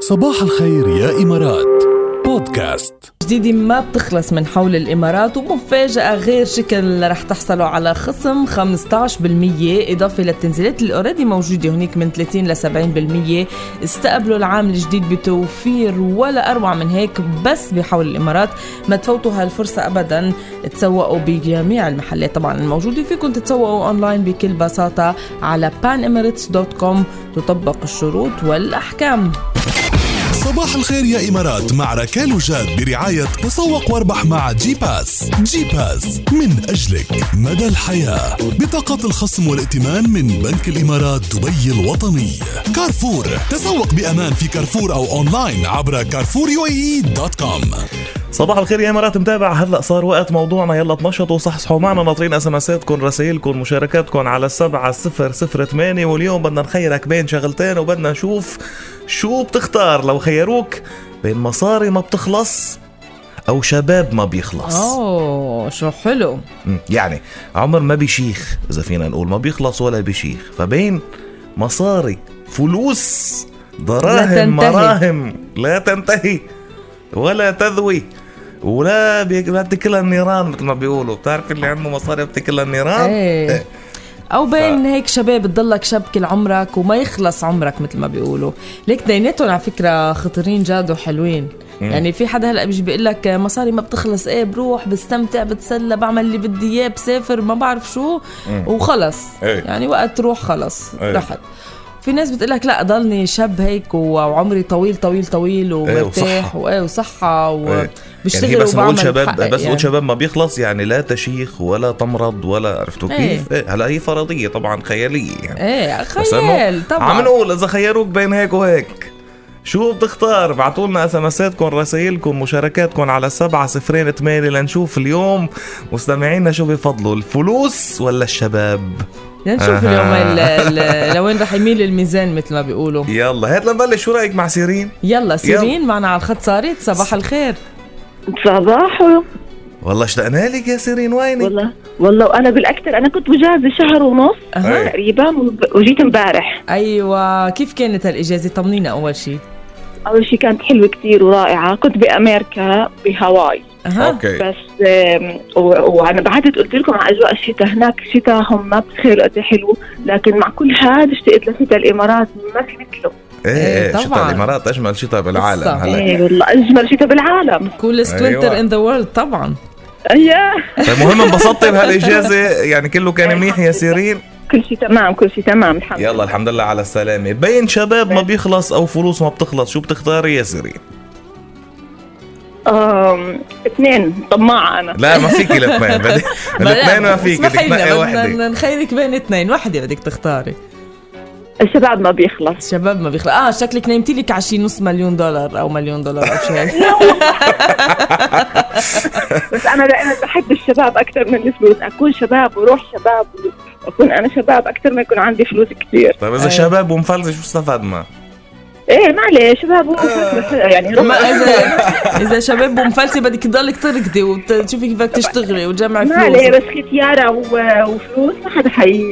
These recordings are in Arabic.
صباح الخير يا إمارات بودكاست جديدة ما بتخلص من حول الإمارات ومفاجأة غير شكل رح تحصلوا على خصم 15% إضافة للتنزيلات اللي اوريدي موجودة هناك من 30 ل 70% استقبلوا العام الجديد بتوفير ولا أروع من هيك بس بحول الإمارات ما تفوتوا هالفرصة أبدا تسوقوا بجميع المحلات طبعا الموجودة فيكم تتسوقوا أونلاين بكل بساطة على panemirates.com تطبق الشروط والأحكام صباح الخير يا إمارات مع ركال وجاد برعاية تسوق واربح مع جي باس جي باس من أجلك مدى الحياة بطاقة الخصم والائتمان من بنك الإمارات دبي الوطني كارفور تسوق بأمان في كارفور أو أونلاين عبر كارفور دوت كوم صباح الخير يا امارات متابع هلا صار وقت موضوعنا يلا تنشطوا صحصحوا معنا ناطرين اس ام اساتكم رسائلكم مشاركاتكم على 7008 واليوم بدنا نخيرك بين شغلتين وبدنا نشوف شو بتختار لو خيروك بين مصاري ما بتخلص او شباب ما آه. بيخلص أوه شو حلو مم، يعني عمر ما بيشيخ اذا فينا نقول ما بيخلص ولا بيشيخ فبين مصاري فلوس لا تنتهي. دراهم مراهم لا تنتهي ولا تذوي ولا بي- لا بتاكلها النيران مثل ما بيقولوا بتعرف اللي عنده مصاري بتاكلها النيران إيه. ايه او بين هيك شباب تضلك شاب كل عمرك وما يخلص عمرك مثل ما بيقولوا ليك ديناتهم على فكره خطرين جاد وحلوين يعني في حدا هلا بيجي بيقول لك مصاري ما بتخلص ايه بروح بستمتع بتسلى بعمل اللي بدي اياه بسافر ما بعرف شو وخلص إيه. يعني وقت روح خلص إيه. رحت في ناس بتقول لك لا ضلني شب هيك وعمري طويل طويل طويل ومرتاح إيه، وصحة. وايه وصحه إيه. وبشتغل يعني هي بس وبعمل نقول شباب بحقق بس نقول يعني. شباب ما بيخلص يعني لا تشيخ ولا تمرض ولا عرفتوا إيه. كيف؟ إيه، هلا هي فرضيه طبعا خياليه يعني ايه بس إنه خيال طبعا عم نقول اذا خيروك بين هيك وهيك شو بتختار ابعتوا لنا اس ام اساتكم رسائلكم مشاركاتكم على سبعة صفرين ثمانية لنشوف اليوم مستمعينا شو بفضلوا الفلوس ولا الشباب لنشوف أها. اليوم ال- ال- لوين رح يميل الميزان مثل ما بيقولوا يلا هات لنبلش شو رايك مع سيرين يلا سيرين معنا على الخط صارت صباح الخير صباحو والله اشتقنا لك يا سيرين وينك والله والله وانا بالاكثر انا كنت مجهزه شهر ونص أها. إيه. تقريبا وب- وجيت امبارح ايوه كيف كانت هالاجازه طمنينا اول شيء اول شيء كانت حلوه كثير ورائعه كنت بامريكا بهاواي اها اوكي بس آم، و- وانا بعدت قلت لكم على اجواء الشتاء هناك الشتاء هم ما بتخيلوا قد إيه حلو لكن مع كل هذا اشتقت لشتاء الامارات ما في مثله ايه إيه، ايه طبعاً. شتاء الامارات اجمل شتاء بالعالم قصة. هلا إيه والله اجمل شتاء بالعالم كولست أيوة. وينتر ان ذا وورلد طبعا يا المهم انبسطتي بهالاجازه يعني كله كان منيح يا سيرين كل شيء تمام كل شيء تمام الحمد لله يلا الحمد لله على السلامه بين شباب ما بيخلص او فلوس ما بتخلص شو بتختاري يا سيرين آم، اثنين طماعه انا لا ما فيكي الاثنين بدي الاثنين ما فيكي بدك اسمحي تنقي لنا وحده بدنا نخيرك بين اثنين وحده بدك تختاري الشباب ما بيخلص الشباب ما بيخلق اه شكلك نايمتي لك على شي نص مليون دولار او مليون دولار او شيء هيك بس انا دائما بحب الشباب اكثر من الفلوس اكون شباب وروح شباب واكون انا شباب اكثر ما يكون عندي فلوس كثير طيب اذا أيوة. شباب ومفلسه شو استفدنا؟ ايه معلش شباب وفلوس، يعني آه. ما روح اذا اذا شباب ومفلسه بدك تضلك تركضي وتشوفي كيفك تشتغلي وتجمعي فلوس معلش بس ختيارة و- وفلوس ما حدا حي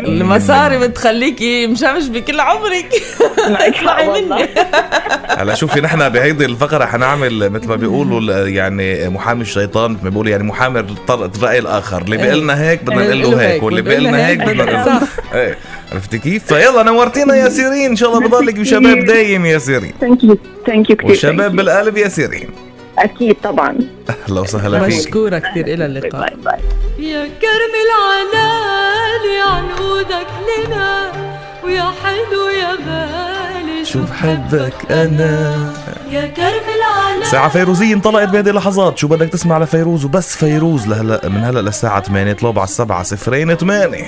المصاري بتخليكي مشمش بكل عمرك اطلعي مني هلا شوفي نحن بهيدي الفقره حنعمل مثل ما بيقولوا ال- يعني محامي الشيطان مثل ما بيقولوا يعني محامي الطر- الراي الاخر اللي أيوة. بيقول لنا هيك بدنا يعني نقول له هيك واللي بيقول لنا هيك بدنا نقول له صح ايه عرفتي كيف؟ فيلا نورتينا يا سيرين ان شاء الله بضلك بشباب دايم يا سيرين ثانك يو ثانك يو كثير وشباب بالقلب يا سيرين اكيد طبعا اهلا وسهلا فيك مشكوره كثير الى اللقاء باي باي يا كرم العنال عن عودك لنا ويا حلو يا بالي شو بحبك انا يا كرم العنال ساعة فيروزية انطلقت بهذه اللحظات شو بدك تسمع لفيروز وبس فيروز لهلا من هلا للساعة 8 طلاب على السبعة صفرين 8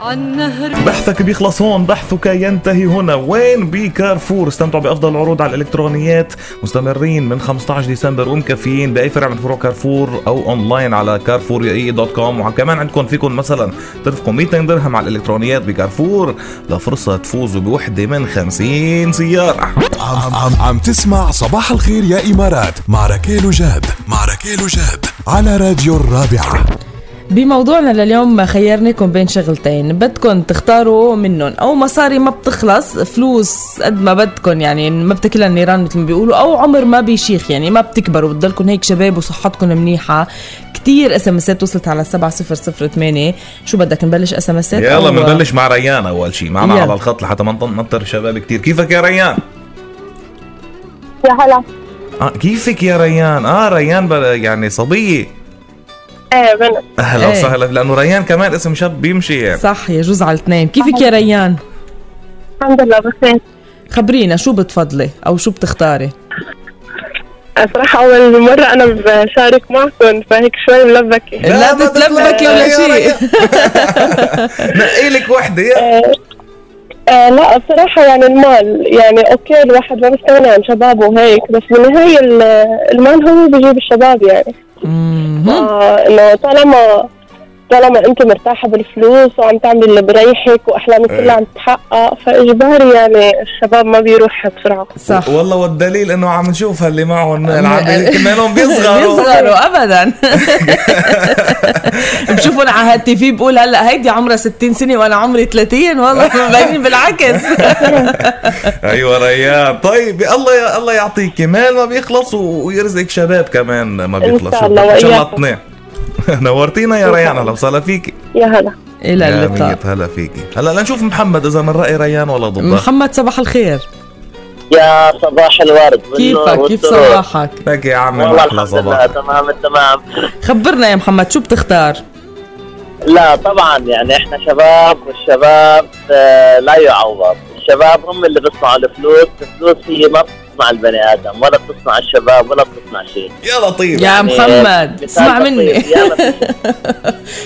عن نهر بحثك بيخلص هون بحثك ينتهي هنا وين بكارفور استمتعوا بأفضل العروض على الإلكترونيات مستمرين من 15 ديسمبر ومكفيين بأي فرع من فروع كارفور أو أونلاين على كارفور اي دوت كوم وكمان عندكم فيكم مثلا ترفقوا 200 درهم على الإلكترونيات بكارفور لفرصة تفوزوا بوحدة من 50 سيارة عم, عم, عم تسمع صباح الخير يا إمارات مع ركال وجاد مع ركال وجاد على راديو الرابعة بموضوعنا لليوم خيرناكم بين شغلتين بدكم تختاروا منهم او مصاري ما بتخلص فلوس قد ما بدكم يعني ما بتاكلها النيران مثل ما بيقولوا او عمر ما بيشيخ يعني ما بتكبروا بتضلكم هيك شباب وصحتكم منيحه كتير اس ام اسات وصلت على 7008 شو بدك نبلش اس ام اسات يلا بنبلش مع ريان اول شيء معنا يلا. على الخط لحتى ما نط- نطر الشباب كتير كيفك يا ريان يا هلا آه كيفك يا ريان اه ريان بل- يعني صبيه ايه بنت اهلا إيه. وسهلا لانه ريان كمان اسم شاب بيمشي يعني صح يجوز على الاثنين كيفك يا ريان الحمد لله بخير خبرينا شو بتفضلي او شو بتختاري صراحة أول مرة أنا بشارك معكم فهيك شوي ملبكة لا ما تتلبكي ولا يا شيء. ريان. نقي لك وحده يا إيه، آه لا بصراحة يعني المال يعني أوكي الواحد ما بيستغني عن شبابه وهيك بس بالنهاية ال- المال هو بيجيب الشباب يعني مهم. آه، إنه طالما طالما أنت مرتاحة بالفلوس وعم تعمل اللي بريحك وأحلامك إيه. كلها عم تتحقق فإجباري يعني الشباب ما بيروح بسرعة صح والله والدليل انه عم نشوف اللي معهم العاملين كمان بيصغروا بيصغروا ابدا بشوفهم على هالتي في بقول هلا هيدي عمرها 60 سنه وانا عمري 30 والله مبينين بالعكس ايوه ريان طيب الله يا الله يعطيك مال ما بيخلص و- ويرزقك شباب كمان ما بيخلص إن شاء الله ان شاء الله وإياكم. اثنين نورتينا يا إن شاء ريان الله. اهلا وسهلا فيكي يا هلا الى يا مية اللقاء هلا فيكي هلا لنشوف محمد اذا من راي ريان ولا ضده محمد صباح الخير يا صباح الورد كيفك بالنور كيف والسرور. صباحك لك يا عمي والله احلى الحمد لله صباح تمام تمام خبرنا يا محمد شو بتختار لا طبعا يعني احنا شباب والشباب آه، لا يعوض الشباب هم اللي بيصنعوا الفلوس الفلوس هي ما بتصنع البني ادم ولا بتصنع الشباب ولا بتصنع شيء يا لطيف يا يعني محمد مثال اسمع بسيط. مني يلا.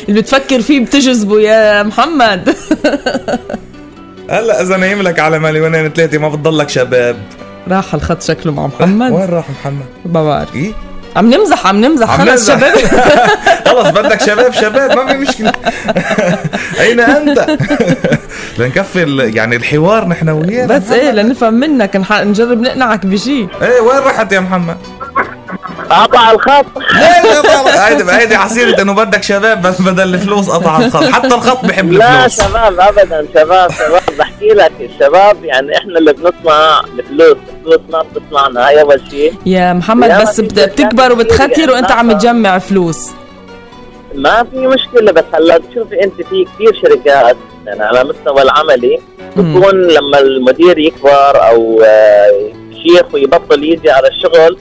اللي بتفكر فيه بتجذبه يا محمد هلا اذا نايم لك على مليونين ثلاثه ما بتضلك شباب راح الخط شكله مع وين محمد راح محمد؟ ما بعرف إيه؟ عم نمزح عم نمزح عم خلص نمزح. شباب خلص بدك شباب شباب ما في مشكله اين انت؟ لنكفي ال- يعني الحوار نحن وياه بس ايه لنفهم منك نح- نجرب نقنعك بشي ايه وين رحت يا محمد؟ قطع الخط ليه ليه طالع؟ هيدي هيدي عصيرة انه بدك شباب بس بدل الفلوس قطع الخط، حتى الخط بحب لا الفلوس شباب ابدا شباب شباب بحكي لك الشباب يعني احنا اللي بنصنع الفلوس الفلوس ما بتصنعنا هاي اول شيء يا محمد يا بس ما في بت- بتكبر مشكلة وبتختر كتير وانت عم يعني. تجمع فلوس ما في مشكله بس هلا بتشوفي انت في كثير شركات يعني على مستوى العملي مم. بتكون لما المدير يكبر او آه، يشيخ ويبطل يجي على الشغل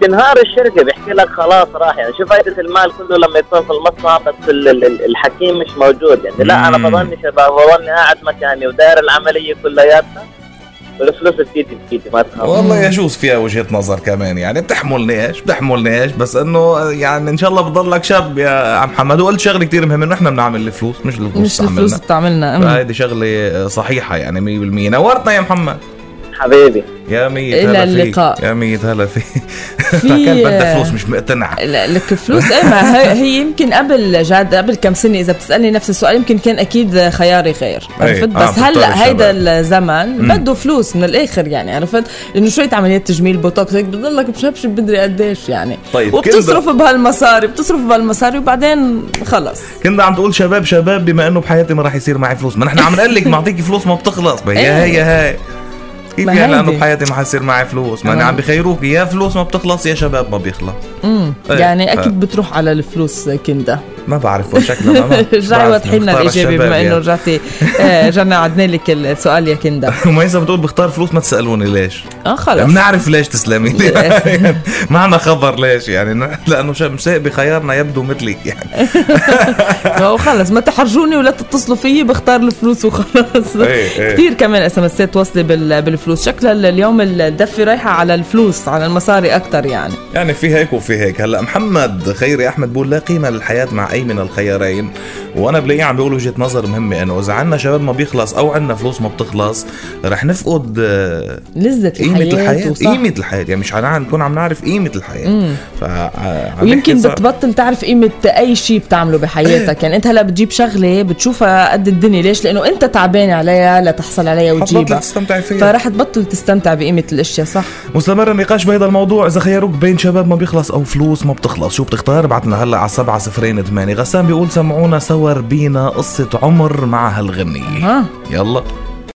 تنهار الشركه بيحكي لك خلاص راح يعني شو فائده المال كله لما يكون في المصنع بس ال- ال- ال- الحكيم مش موجود يعني لا انا مم. بضلني شباب بضلني قاعد مكاني وداير العمليه كلياتها والفلوس بتيجي بتيجي ما تخاف والله يجوز فيها وجهه نظر كمان يعني بتحملناش بتحملناش بس انه يعني ان شاء الله بضلك شاب يا عم محمد وقلت شغله كثير مهمه انه احنا بنعمل الفلوس مش الفلوس مش الفلوس تعملنا. بتعملنا أم. فهيدي شغله صحيحه يعني 100% نورتنا يا محمد حبيبي يا ميت إلى هلا فيك. اللقاء. يا ميت هلا فيك في- كان بدها فلوس مش مقتنعه لا، لك فلوس ايه ما هي, هي يمكن قبل جاد قبل كم سنه اذا بتسالني نفس السؤال يمكن كان اكيد خياري خير إيه، عرفت آه، بس بتختار هلا هيدا الشباب. الزمن مم. بده فلوس من الاخر يعني عرفت انه شويه عمليات تجميل بوتوكس هيك بتضلك بشبشب بدري قديش يعني طيب وبتصرف كنت بهالمصاري بتصرف بهالمصاري وبعدين خلص كنت عم تقول شباب شباب بما انه بحياتي ما راح يصير معي فلوس ما نحن عم نقول لك بعطيكي فلوس ما بتخلص ما هي هي هي كيف إيه. ما يعني هيدي. آه. لانه بحياتي ما حيصير معي فلوس ما انا عم بخيروك يا فلوس ما بتخلص يا شباب ما بيخلص امم إيه، يعني ف- اكيد بتروح على الفلوس كندا ما بعرف شكلها ما رجعي وضحي لنا الاجابه بما انه رجع رجعتي آه، رجعنا عدنا لك السؤال يا كندا ميسا بتقول بختار فلوس ما تسالوني ليش اه خلص بنعرف ليش تسلمي ما عنا خبر ليش يعني لانه شاب مساق بخيارنا يبدو مثلك يعني أو خلص آه، ما تحرجوني ولا تتصلوا فيي بختار الفلوس وخلص إيه، إيه. كثير كمان اس ام اسات واصله بال- بالفلوس شكلها اليوم الدفه رايحه على الفلوس على المصاري اكثر يعني يعني في هيك وفي هيك هلا محمد خيري احمد بيقول لا قيمه للحياه مع اي من الخيارين وانا بلاقيه عم بيقول وجهه نظر مهمه انه اذا عنا شباب ما بيخلص او عنا فلوس ما بتخلص رح نفقد آه، لذه قيمه الحياه وصح. قيمه الحياه يعني مش عم نكون عم نعرف قيمه الحياه مم. ف آه، عم ويمكن بيحكي صح. بتبطل تعرف قيمة أي شيء بتعمله بحياتك يعني أنت هلا بتجيب شغلة بتشوفها قد الدنيا ليش؟ لأنه أنت تعبان عليها لتحصل عليها حتبطل وتجيبها تستمتعي فيها فرح تبطل تستمتع بقيمة الأشياء صح؟ مستمر النقاش بهذا الموضوع اذا خيروك بين شباب ما بيخلص او فلوس ما بتخلص شو بتختار بعتنا هلا على 7 0 يعني غسان بيقول سمعونا سوا ربينا قصة عمر مع هالغنية ها يلا